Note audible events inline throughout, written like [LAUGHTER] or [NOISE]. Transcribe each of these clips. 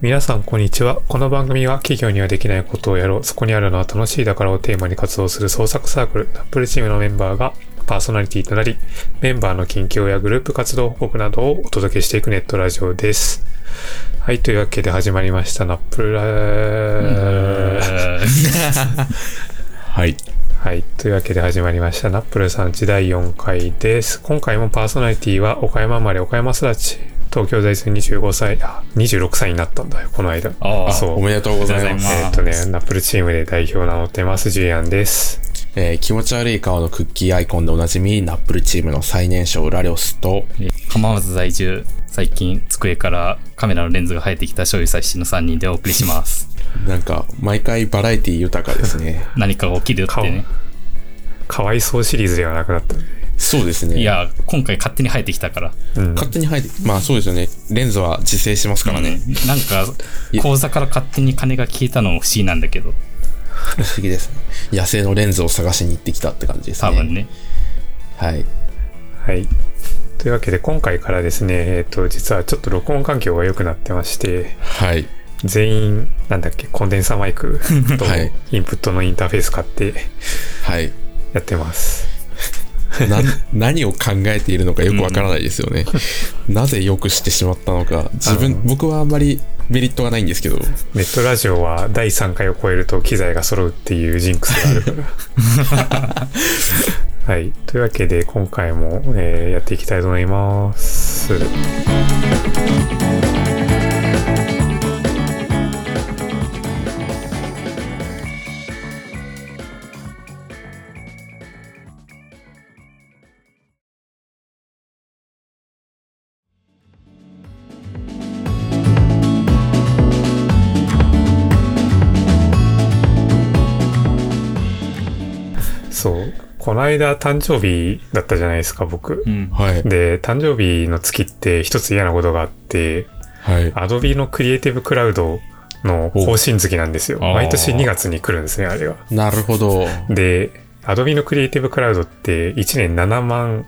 皆さん、こんにちは。この番組は企業にはできないことをやろう。そこにあるのは楽しいだからをテーマに活動する創作サークル、ナップルチームのメンバーがパーソナリティとなり、メンバーの近況やグループ活動報告などをお届けしていくネットラジオです。はい、というわけで始まりました、ナップルラはい。はい。というわけで始まりました。ナップルさんち第4回です。今回もパーソナリティは岡山生まれ、岡山育ち。東京在住25歳、あ、26歳になったんだよ、この間。ああそうおめでとうございます。あえっとね、ナップルチームで代表を名乗ってます、ジュリアンです。えー気持ち悪い顔のクッキーアイコンでおなじみ、ナップルチームの最年少、ラリオスと、えー浜松在住、最近机からカメラのレンズが生えてきた醤油最新の3人でお送りします。なんか、毎回バラエティ豊かですね。何かが起きるってね。かわいそうシリーズではなくなったね。 [LAUGHS] そうですね。い、や、今回勝手に生えてきたから。うん。勝手に入って、まあそうですよね。レンズは自制しますからね。うんなんか、口座から勝手に金が消えたのも不思議なんだけど、不思議ですね。野生のレンズを探しに行ってきたって感じですね。多分。ね。はい。はい。というわけで、今回からですね、えっ、と、実はちょっと録音環境が良くなってまして、はい。全員、なんだっけ、コンデンサーマイ [LAUGHS] クとはいインプットのインターフェース買ってはい。やってます。 [LAUGHS] な、何を考えているのかよくわからないですよね。なぜ良くしてしまったのか。自あの分、僕はあんまりメリットがないんですけど。ネットラジオは第3回を超えると機材が揃うっていうジンクスがある [LAUGHS] から。はい。というわけで、今回も、えーやっていきたいと思います。そう。この間誕生日だったじゃないですか、僕。うん。はい。で、誕生日の月って一つ嫌なことがあって、はい。 Adobe のクリエイティブクラウドの更新月なんですよ。おあー毎年2月に来るんですね、あれが。なるほど。で、Adobe のクリエイティブクラウドって1年7万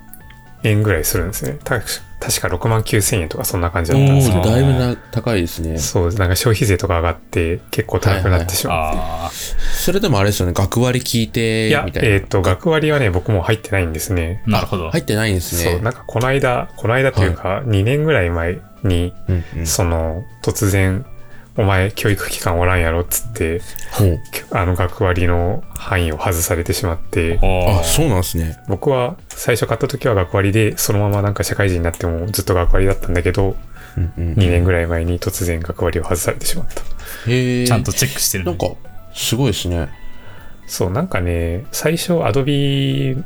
円ぐらいするんですね。た確か6万9千円とかそんな感じだったんですけおどー。だいぶな高いですね。そう、なんか消費税とか上がって結構高くなってしまう。ああ、それでもあれですよね、学割聞いていや、えみたいな。っ、と、学割はね、僕もう入ってないんですね。なるほど。入ってないんですそう、ね。なんかこの間、この間というか、2年ぐらい前に、うんうんその、突然、お前、教育機関おらんやろっつって、ほうあの、学割の範囲を外されてしまって、ああ、そうなんですね。僕は最初買った時は学割で、そのままなんか社会人になってもずっと学割だったんだけど、うんうん2年ぐらい前に突然学割を外されてしまった。へえ。ちゃんと。チェックしてるなのんに。か、すごいですね。そう、なんかね、最初 Adobe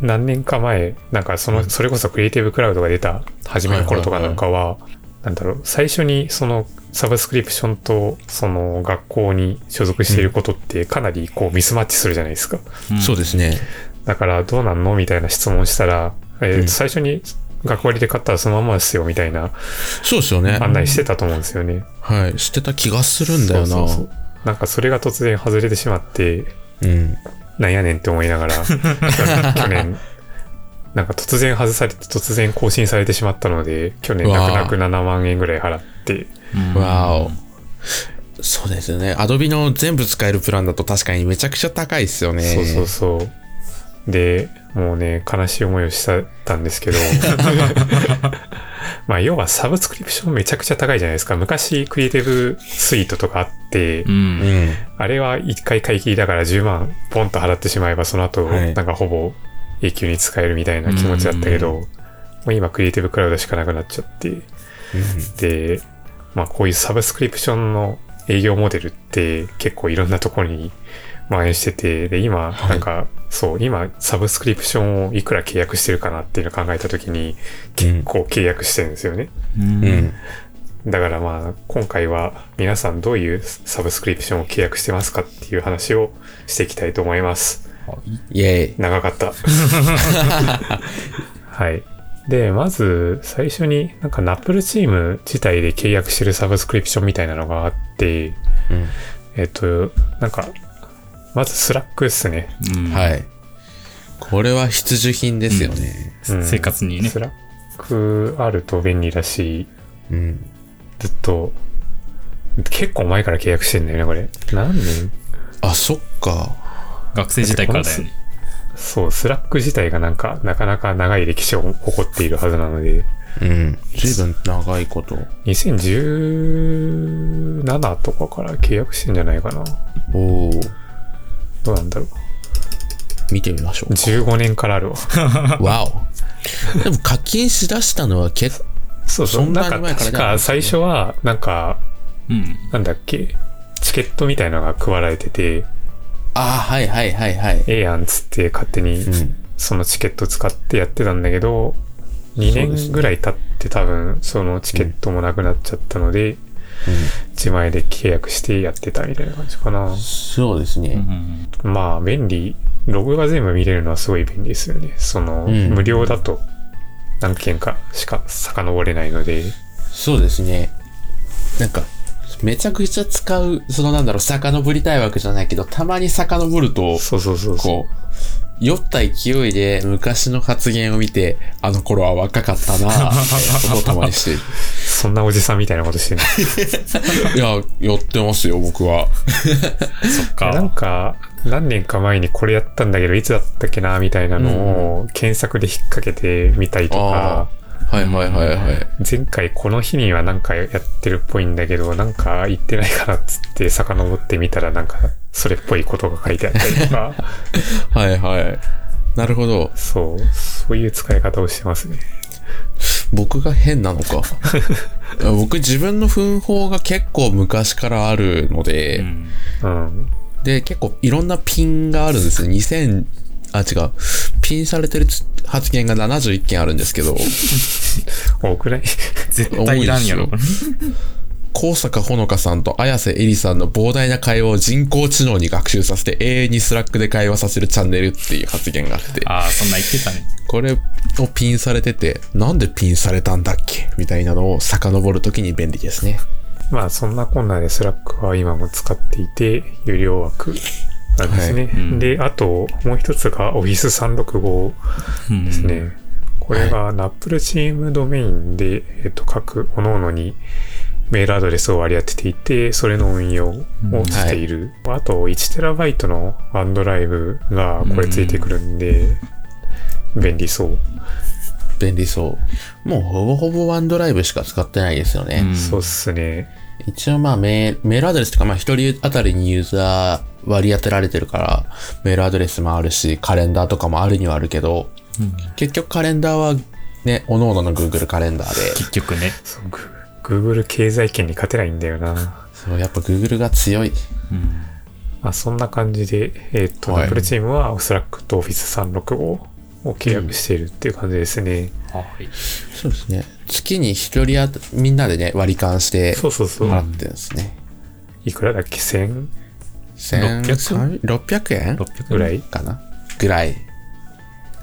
何年か前、なんかその、それこそクリエイティブクラウドが出た初めの頃とかなんかは、なんだろう、最初にそのサブスクリプションとその学校に所属していることってかなりこうミスマッチするじゃないですか。うんそうですね。だからどうなんのみたいな質問したら、えーうん最初に学割で買ったらそのままですよみたいなそうですよね。案内してたと思うんですよね。はい。捨てた気がするんだよな。そうそうそううなんかそれが突然外れてしまって、ん。なんやねんって思いながら、 [LAUGHS] 去年去年、なんか突然外されて、突然更新されてしまったので、去年うわ泣ーく泣く7万円ぐらい払って、うんわお。そうですよね。アドビの全部使えるプランだと確かにめちゃくちゃ高いですよね。そうそうそう。で、もうね、悲しい思いをしたんです [LAUGHS] けど、まあ、要はサブスクリプションめちゃくちゃ高いじゃないですか。昔、クリエイティブスイートとかあって、うんう。ん。あれは1回買い切りだから10万ポンと払ってしまえばその後、はいなんかほぼ永久に使えるみたいな気持ちだったけど、もう今クリエイティブクラウドしかなくなっちゃって、で、まあこういうサブスクリプションの営業モデルって結構いろんなところに蔓延してて、で、今、はいなんか、そう、今、サブスクリプションをいくら契約してるかなっていうのを考えたときに、結構契約してるんですよね。うん。うんだからまあ、今回は皆さんどういうサブスクリプションを契約してますかっていう話をしていきたいと思います。イェイ。長かった。はい。で、まず最初になんかナップルチーム自体で契約してるサブスクリプションみたいなのがあって、えっと、なんか、まずスラックっすね。うんはい。これは必需品ですよね。うん生活にねス。ラックあると便利だし、うん。ずっと結構前から契約してんだよね、これ。何年あ、そっか。学生時代からだよね。そう、スラック自体がなんか、なかなか長い歴史を誇っているはずなので、うん。随分長いこと。 2017とかから契約してんじゃないかな。おーどうなんだろ見てみましょう。15年からあ [LAUGHS] るわ。う。わお。でも課金しだしたのは結構、そうそう。そんなになん前か、確からじゃないか最初は、なんか、うん。なんだっけ、チケットみたいなのが配られてて、ああ、はいはいはいはい。ええやんっつって勝手にうん。そのチケット使ってやってたんだけど、2そうです年ねぐらい経って多分そのチケットもなくなっちゃったので、自前で契約してやってたみたいな感じかな。そうですうね。ん。まあ便利、ログが全部見れるのはすごい便利ですよね。その、うん無料だと何件かしか遡れないので、そうですね。なんか、めちゃくちゃ使う、そのなんだろう、遡りたいわけじゃないけど、たまに遡ると、そうそうそうそう。こう、酔った勢いで昔の発言を見て、あの頃は若かったなぁ、ってことをたまにしてる。そんなおじさんみたいなこと [LAUGHS] してる。いや、やってますよ、僕は。そっなんか、か。何年か前にこれやったんだけど、いつだったっけな、みたいなのを検索で引っ掛けてみたりとか、はいはいはいはい。前回この日にはなんかやってるっぽいんだけど、なんか言ってないかなっつって遡ってみたら、なんか、それっぽいことが書いてあったりと [LAUGHS] か、はいはい。なるほど。そう、そういう使い方をしてますね。僕が変なのか。 [LAUGHS] 僕自分の奮法が結構昔からあるので、うん。うん。で、結構いろんなピンがあるんですよ。2000、あ、違う。ピンされてるつ発言が71件あるんです [LAUGHS] けど、多くない [LAUGHS] 絶対いらんやろ。多い [LAUGHS] 高坂ほのかさんと綾瀬えりさんの膨大な会話を人工知能に学習させて永遠にスラックで会話させるチャンネルっていう発言があって、ああ、そんなん言ってたね。これをピンされてて、なんでピンされたんだっけみたいなのを遡るときに便利ですね。まあ、そんなこんなでスラックは今も使っていて、有料枠なんですね。いうんで、あと、もう一つが Office365 うん。ですね。。これがナップルチームドメインで、えっと、各各々にメールアドレスを割り当てていて、それの運用をしている。あと、1TB のワンドライブがこれついてくるんで、便利そう。便利そう。もうほぼほぼワンドライブしか使ってないですよね。うんそうっすね。一応まあメールメールアドレスとか、まあ一人当たりにユーザー割り当てられてるから、メールアドレスもあるし、カレンダーとかもあるにはあるけど、うん結局カレンダーはね、おのおのの Google カレンダーで、結局ね。そう、グ Google 経済圏に勝てないんだよな。そう、やっぱ Google が強い。うん。まあ、そんな感じで、えっ、と、はいナプルチームはスラックと Office365 を契約しているっていう感じですね。はい。そうですね。月に一人当たみんなでね、割り勘してそうそうそう。払ってるんですね。いくらだっけ ?1000 千600 600円600ぐらいかなぐらい。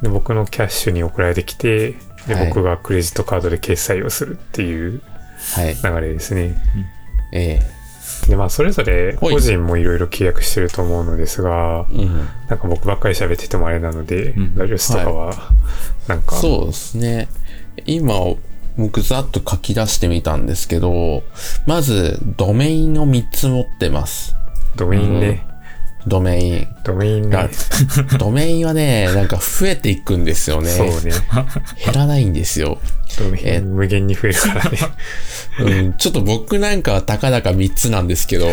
で、僕のキャッシュに送られてきて、で、はい僕がクレジットカードで決済をするっていうはい。流れですね。ええで、まあ、それぞれはい個人もいろいろ契約してると思うのですが、なんか僕ばっかり喋っててもあれなので、んラジオスとかは、なんか、そうですね。今、僕ざっと書き出してみたんですけど、まず、ドメインを3つ持ってます。ドメインね、ドメイン。ドメインがね、 [LAUGHS] ドメインはね、なんか増えていくんですよね。そうね、減らないんですよ。ドメイン無限に増えるから [LAUGHS] ね。うん、ちょっと僕なんかはたかだか3つなんですけ [LAUGHS] ど、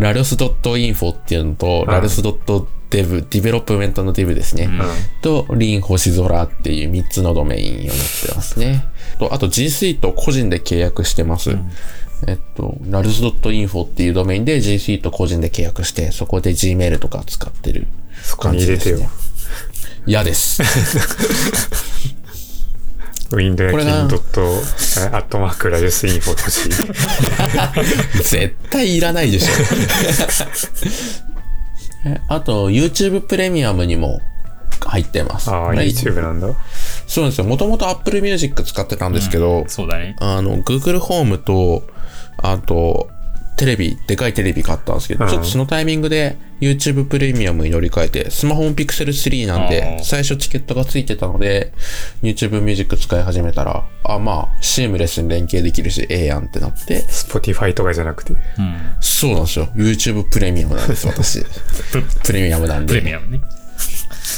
ラルス .info っていうのと、ラルス .dev、ディベロップメントの dev ですね。うんと、リン星空っていう3つのドメインを持ってますね。と、あと G Suite を個人で契約してます。えっと、ラルス .info っていうドメインで G Suite を個人で契約して、そこで Gmail とか使ってるそこ感にじ入れでてすよね。。嫌です。 [LAUGHS] ウィンドウこれな焼きドット、あアットマークラジスインフォ欲しい。 [LAUGHS] 絶対いらないでしょ。えあと、YouTube プレミアムにも入ってます。ああ、はい YouTube なんだ。そうなんですよ。もともと Apple Music 使ってたんですけど、そうだね。あの、Google ホームと、あと、テレビ、でかいテレビ買ったんですけど、うんちょっとそのタイミングで YouTube プレミアムに乗り換えて、スマホも Pixel 3なんであ、ー最初チケットがついてたので、YouTube ミュージック使い始めたら、あ、まあ、シームレスに連携できるし、ええやんってなって、 Spotify とかじゃなくて。うん。そうなんですよ。YouTube プレミアムなんで [LAUGHS] す、私。プレミアムなんプで。レミアムね。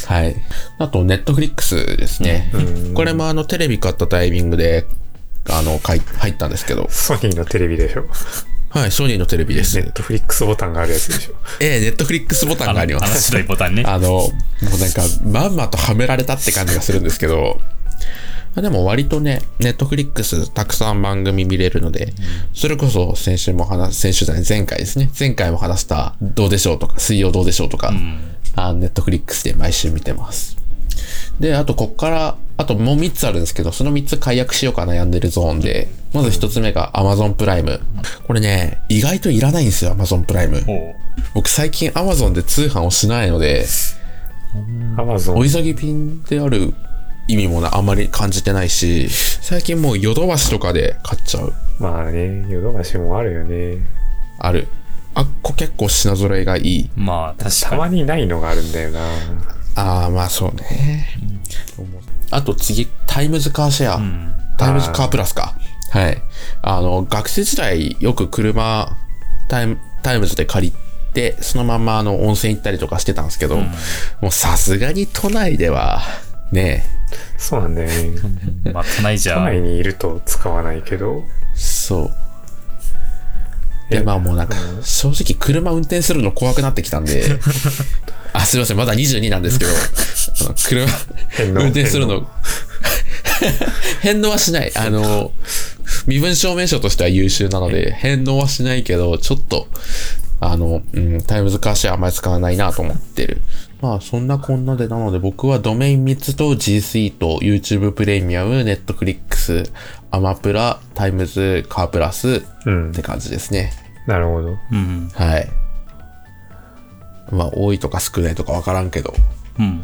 はい。あと、ネットフリックスですね。これもあの、テレビ買ったタイミングで、あの、買い入ったんですけど。ソニーのテレビでしょ。はい、ソニーのテレビです。 Netflix ボタンがあるやつでしょ。ええネットフリックスボタあンのがあありまのす。白いボタンね。あの、もうなんか、まんまとはめられたって感じがするんですけど、まあでも割とね、ネットフリックスたくさん番組見れるので、それこそ先週も話、先週じゃない、前回ですね。前回も話した、どうでしょうとか、水曜どうでしょうとか、あネットフリックスで毎週見てます。で、あとこっから、あともう3つあるんですけど、その3つ解約しようか悩んでるゾーンで、まず1つ目が Amazon プライム。これね、意外といらないんですよ、Amazon プライム。おう僕最近 Amazon で通販をしないので、お Amazon。潔便である意味もなあんまり感じてないし、最近もうヨドバシとかで買っちゃう。まあね、ヨドバシもあるよね。ある。あっこ結構品揃えがいい。まあ、確たかまにないのがあるんだよな。ああ、まあそうね。あと次、タイムズカーシェア。に。うん。タイムズカープラスか。はい。あの、学生時代よく車、タイム、タイムズで借りて、そのままあの温泉行ったりとかしてたんですけど、もうさすがに都内では、ねえ、そうなんだよね。まあ、都内じ都ゃ、内にいると使わないけど。そう。で、まあもうなんか、正直車運転するの怖くなってきたんで、あ、すいません、まだ22なんですけど、あの車、変な運転する変の、返納はしない。あの、身分証明書としては優秀なので、返納はしないけど、ちょっと、あの、うん、タイムズカーシェアあんまり使わないなと思ってる。まあ、そんなこんなで、なので僕はドメイン3つと G Suite、YouTube プレミアム、Netflix、アマプラ、タイムズ、カープラスっうん。て感じですね。なるほど。うん。はい。まあ、多いとか少ないとかわからんけど、うん。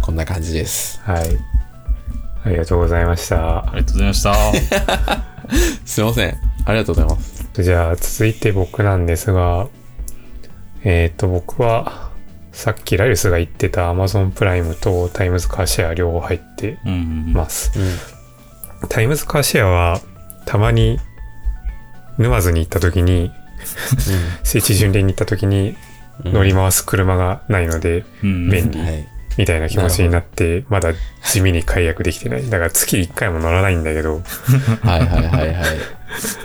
こんな感じです。はい。ありがとうございましたあ。りがとうございました。すいません。ありがとうございます。じゃあ、続いて僕なんですが、えっ、と、僕は、さっきライルスが言ってた Amazon プライムとタイムズカーシェア両方入ってうん。ます。うんタイムズカーシェアは、たまに、沼津に行った時に、聖地巡礼に行った時に、乗り回す車がないので、うん。便利はい。みたいな気持ちになって、まだ地味に解約できてない。だから月1回も乗らないんだけど、はいはいはいはい。 [LAUGHS]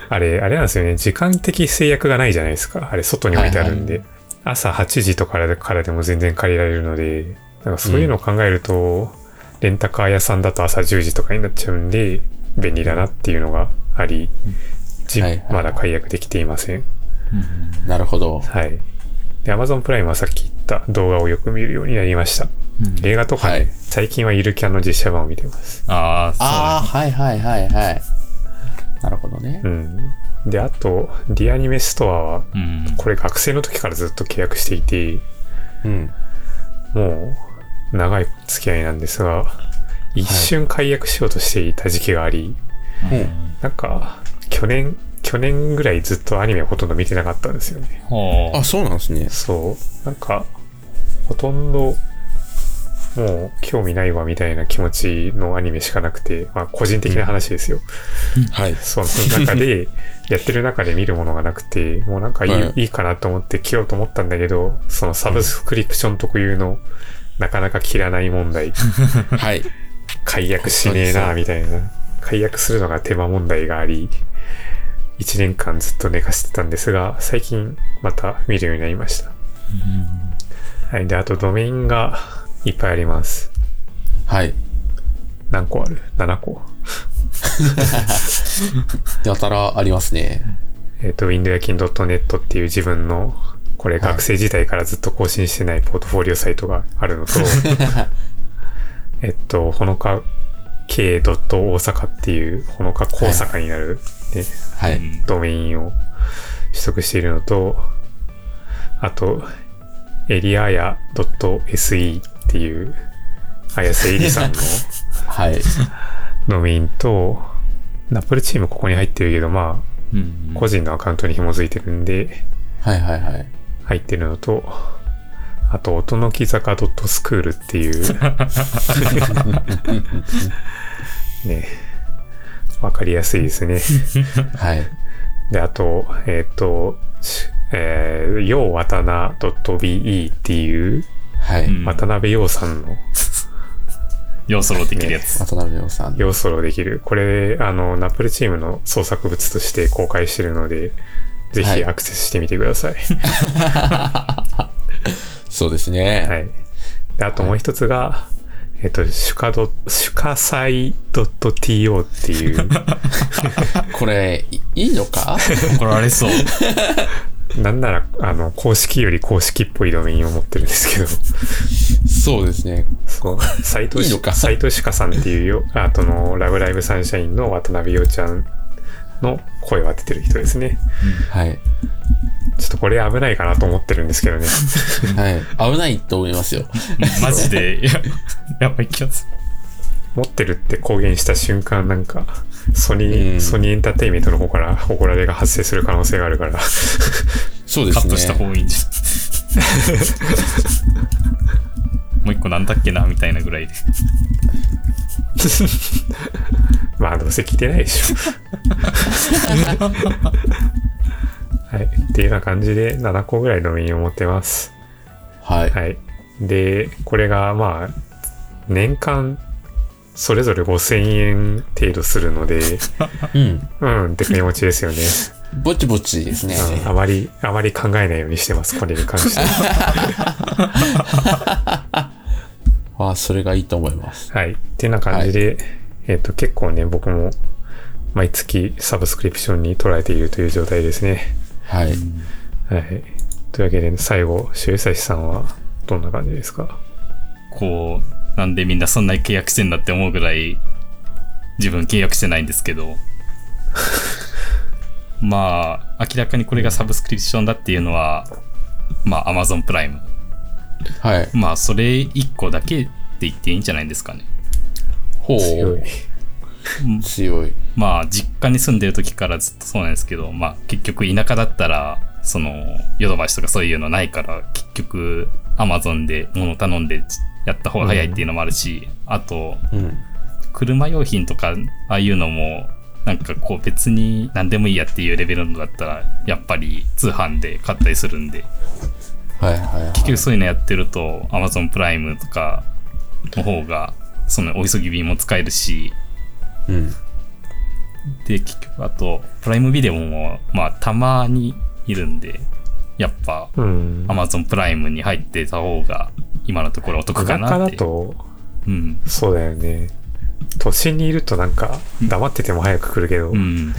あれ、あれなんですよね。時間的制約がないじゃないですか。あれ、外に置いてあるんで。朝8時とかからでからでも全然借りられるので、なんかそういうのを考えると、レンタカー屋さんだと朝10時とかになっちゃうんで、便利だなっていうのがあり、じはいはいまだ解約できていません。うんなるほど。はい。で、Amazon プライムはさっき言った動画をよく見るようになりました。うん映画とかね、はい最近はゆるキャンの実写版を見てます。あああ、あ、はいはいはいはい。なるほどねう。ん。で、あと、ディアニメストアは、そうね。うん。これ学生の時からずっと契約していて、うん。もう長い付き合いなんですが、一瞬解約しようとしていた時期があり、うんなんか、去年、去年ぐらいずっとアニメをほとんど見てなかったんですよね。ほうあ、そうなんですね。そう。なんか、ほとんど、もう興味ないわみたいな気持ちのアニメしかなくて、まあ個人的な話ですよ。はい。その中で、やってる中で見るものがなくて、もうなんかいい,、はいい、いかなと思って着ようと思ったんだけど、そのサブスクリプション特有の、なかなか切らない問題。はい。解約しねえなみたいな解約するのが手間問題があり1年間ずっと寝かしてたんですが最近また見るようになりましたはいであとドメインがいっぱいありますはい。何個ある ?7 個やたらありますね。えっ、と windyakin.net っていう自分のこれはい学生時代からずっと更新してないポートフォリオサイトがあるのとえっとほのか k 大阪っていうほのか高坂になる、ねはうい。んドメインを取得しているのと、あと、エリアや .se っていう、綾瀬エリさんのはい。ドメインと、ナポレチームここに入ってるけど、まあ、うんうん個人のアカウントに紐づいてるんで、はいはいはい。入ってるのと、あと、音の木坂 .school っていう、ね、わかりやすいですね。はい。で、あと、えっ、と、しえー、ようわたな .be っていう、はい。うん渡辺陽さんの要素ロできるやつ。渡辺陽さん。要素をできる。これ、あの、ナップルチームの創作物として公開してるので、ぜはひいアクセスしてみてください。そうですね。はい。で、あともう一つが、えっと、シュカド、シュカサイ .to っていう、これ、いいいのか [LAUGHS] 怒られそう。なんなら、あの、公式より公式っぽいドメインを持ってるんですけど、 [LAUGHS] そうですね。そう、斎藤いいしのか斎藤シュカさんっていうよ、 [LAUGHS] あとの、ラブライブサンシャインの渡辺陽ちゃんの声を当ててる人ですね。はい。ちょっとこれ危ないかなと思ってるんですけ [LAUGHS] どね。はい。危ないと思いますよ。マジで、ややばい気がする。持ってるって公言した瞬間なんかソニー、うんソニーエンターテインメントの方から怒られが発生する可能性があるから [LAUGHS] そうでカすね。ットした方がいいんじゃん。もう一個なんだっけなみたいなぐらいで。まあどうせ聞いてないでしょ [LAUGHS] [LAUGHS] はいっていうような感じで7個ぐらいドメインを持ってますはい。はいでこれがまあ年間それぞれ5000円程度するので [LAUGHS] うん。うんって気持ちですよね、ぼちぼちですね。うん、あまりあまり考えないようにしてますこれに関 [LAUGHS] してはああ、それがいいと思います。はい。ってな感じで、えっ、と、結構ね、僕も毎月サブスクリプションに捉えているという状態ですね。はい。はい。というわけで、最後、周さしさんはどんな感じですかこう、なんでみんなそんな契約してんだって思うぐらい、自分契約してないんですけど。 [LAUGHS] まあ、明らかにこれがサブスクリプションだっていうのは、まあ、Amazon プライム。はい。まあ、それ1個だけって言っていいんじゃないですかね。ほう。強い。強い。まあ実家に住んでる時からずっとそうなんですけど、まあ結局田舎だったら、そのヨドバシとかそういうのないから、結局アマゾンで物頼んでやった方が早いっていうのもあるし、あとうん。車用品とかああいうのも、なんかこう別に何でもいいやっていうレベルのだったら、やっぱり通販で買ったりするんで、はいはい、はい。結局そういうのやってると、アマゾンプライムとかの方が、そのお急ぎ便も使えるし、うん。で、結局、あと、プライムビデオも、まあ、たまにいるんで、やっぱ、うん。アマゾンプライムに入ってた方が、今のところお得田か舎なっだて。と、うん。そうだよね。都心にいるとなんか、黙ってても早く来るけど、うん。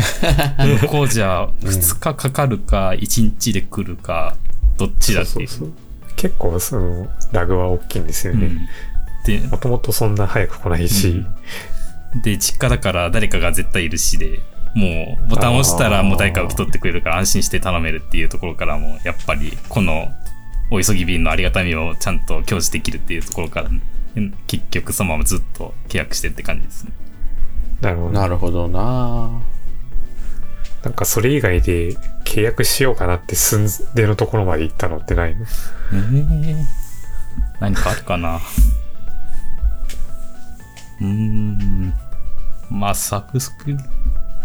向こうじゃ、2日かかるか、1日で来るか、どっちだそうって。そうそう。結構、その、ラグは大きいんですようね。ん。で、もともとそんな早く来ないし、で、実家だから誰かが絶対いるしで、もうボタンを押したらもう誰か受け取ってくれるから安心して頼めるっていうところからも、やっぱりこのお急ぎ便のありがたみをちゃんと享受できるっていうところから、うん結局そのままずっと契約してって感じですね。なるほど。なるほどななんかそれ以外で契約しようかなって寸出のところまで行ったのってないの何かあるかなうーん。まあ、サブスク、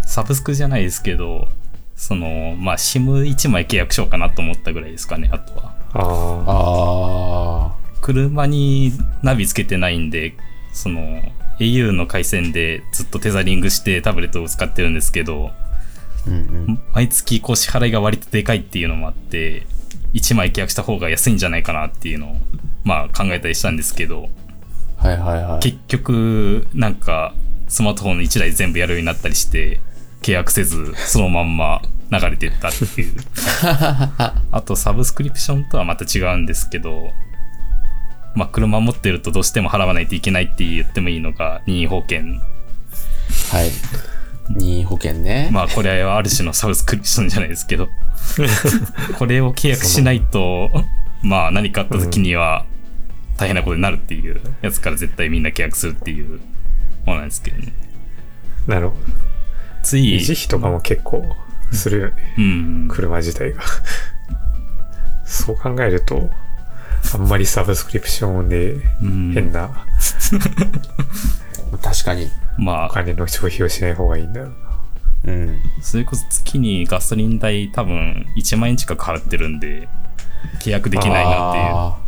サブスクじゃないですけど、その、まあ、SIM1 枚契約しようかなと思ったぐらいですかね、あとは。ああ。あ車にナビつけてないんで、その au の回線でずっとテザリングしてタブレットを使ってるんですけど、ー。うんうん。毎月こう支払いが割とでかいっていうのもあって、1枚契約した方が安いんじゃないかなっていうのを、まあ考えたりしたんですけど、はいはいはい。結局、なんか、スマートフォンの1台全部やるようになったりして、契約せず、そのまんま流れてったっていう。あと、サブスクリプションとはまた違うんですけど、まあ、車持ってるとどうしても払わないといけないって言ってもいいのが任意保険。はい。任意保険ね。まあ、これはある種のサブスクリプションじゃないですけど、これを契約しないと、まあ、何かあった時には大変なことになるっていうやつから絶対みんな契約するっていうものなんですけどね。なるほど。つい、維持費とかも結構するよね。うん。車自体が。そう考えると、あんまりサブスクリプションでうん変な確かに。まおあ、金の消費をしない方がいいんだろうな。うん。それこそ月にガソリン代多分1万円近く払ってるんで、契約できないなってあ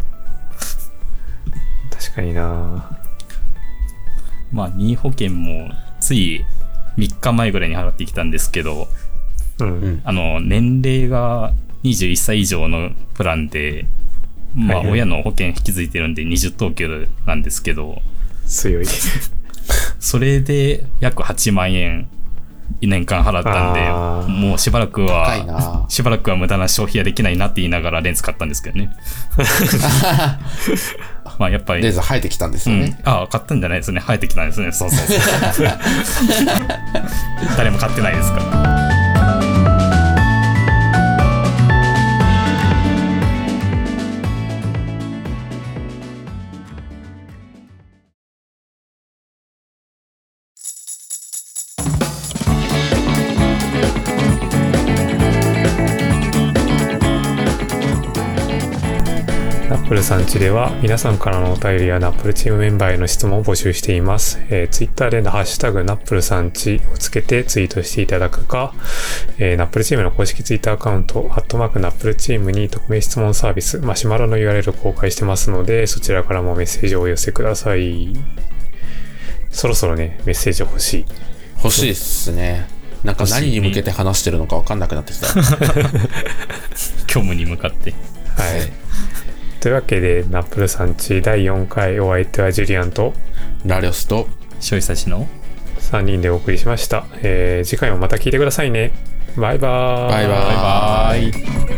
確かにないう。まあ、任意保険もつい3日前ぐらいに払ってきたんですけど、う。ーうんん。あの、年齢が21歳以上のプランで、まあ、はいはい親の保険引き継いでるんで20等級なんですけど、強 [LAUGHS] い。それで約8万円、年間払ったあんーで、もうしばらく高いは、なしばらくは無駄な消費はできないなって言いながらレンズ買ったんですけど [LAUGHS] ね。まあやっぱりレー、ザー生えてきたんですうよんね。、ああ、買ったんじゃないですね。生えてきたんですね。そうそうそう。 [LAUGHS] 誰も買ってないですから。ナップルさんちでは皆さんからのお便りやナップルチームメンバーへの質問を募集しています。えー、Twitter でのハッシュタグナップルさんちをつけてツイートしていただくか、えー、ナップルチームの公式 Twitter アカウント、アットマークナップルチームに匿名質問サービス、マシュマロの URL を公開してますので、そちらからもメッセージをお寄せください。そろそろね、メッセージ欲しい。欲しいっすね。なんか何に向けて話してるのか分かんなくなってきた。は虚無に向かって。はい。というわけで、ナップルさんち第4回お相手はジュリアンと、い。ラリオスと、消費差しの3人でお送りしました、えー次回もまた聞いてくださいねバイバーイバイバーイバイバーイ。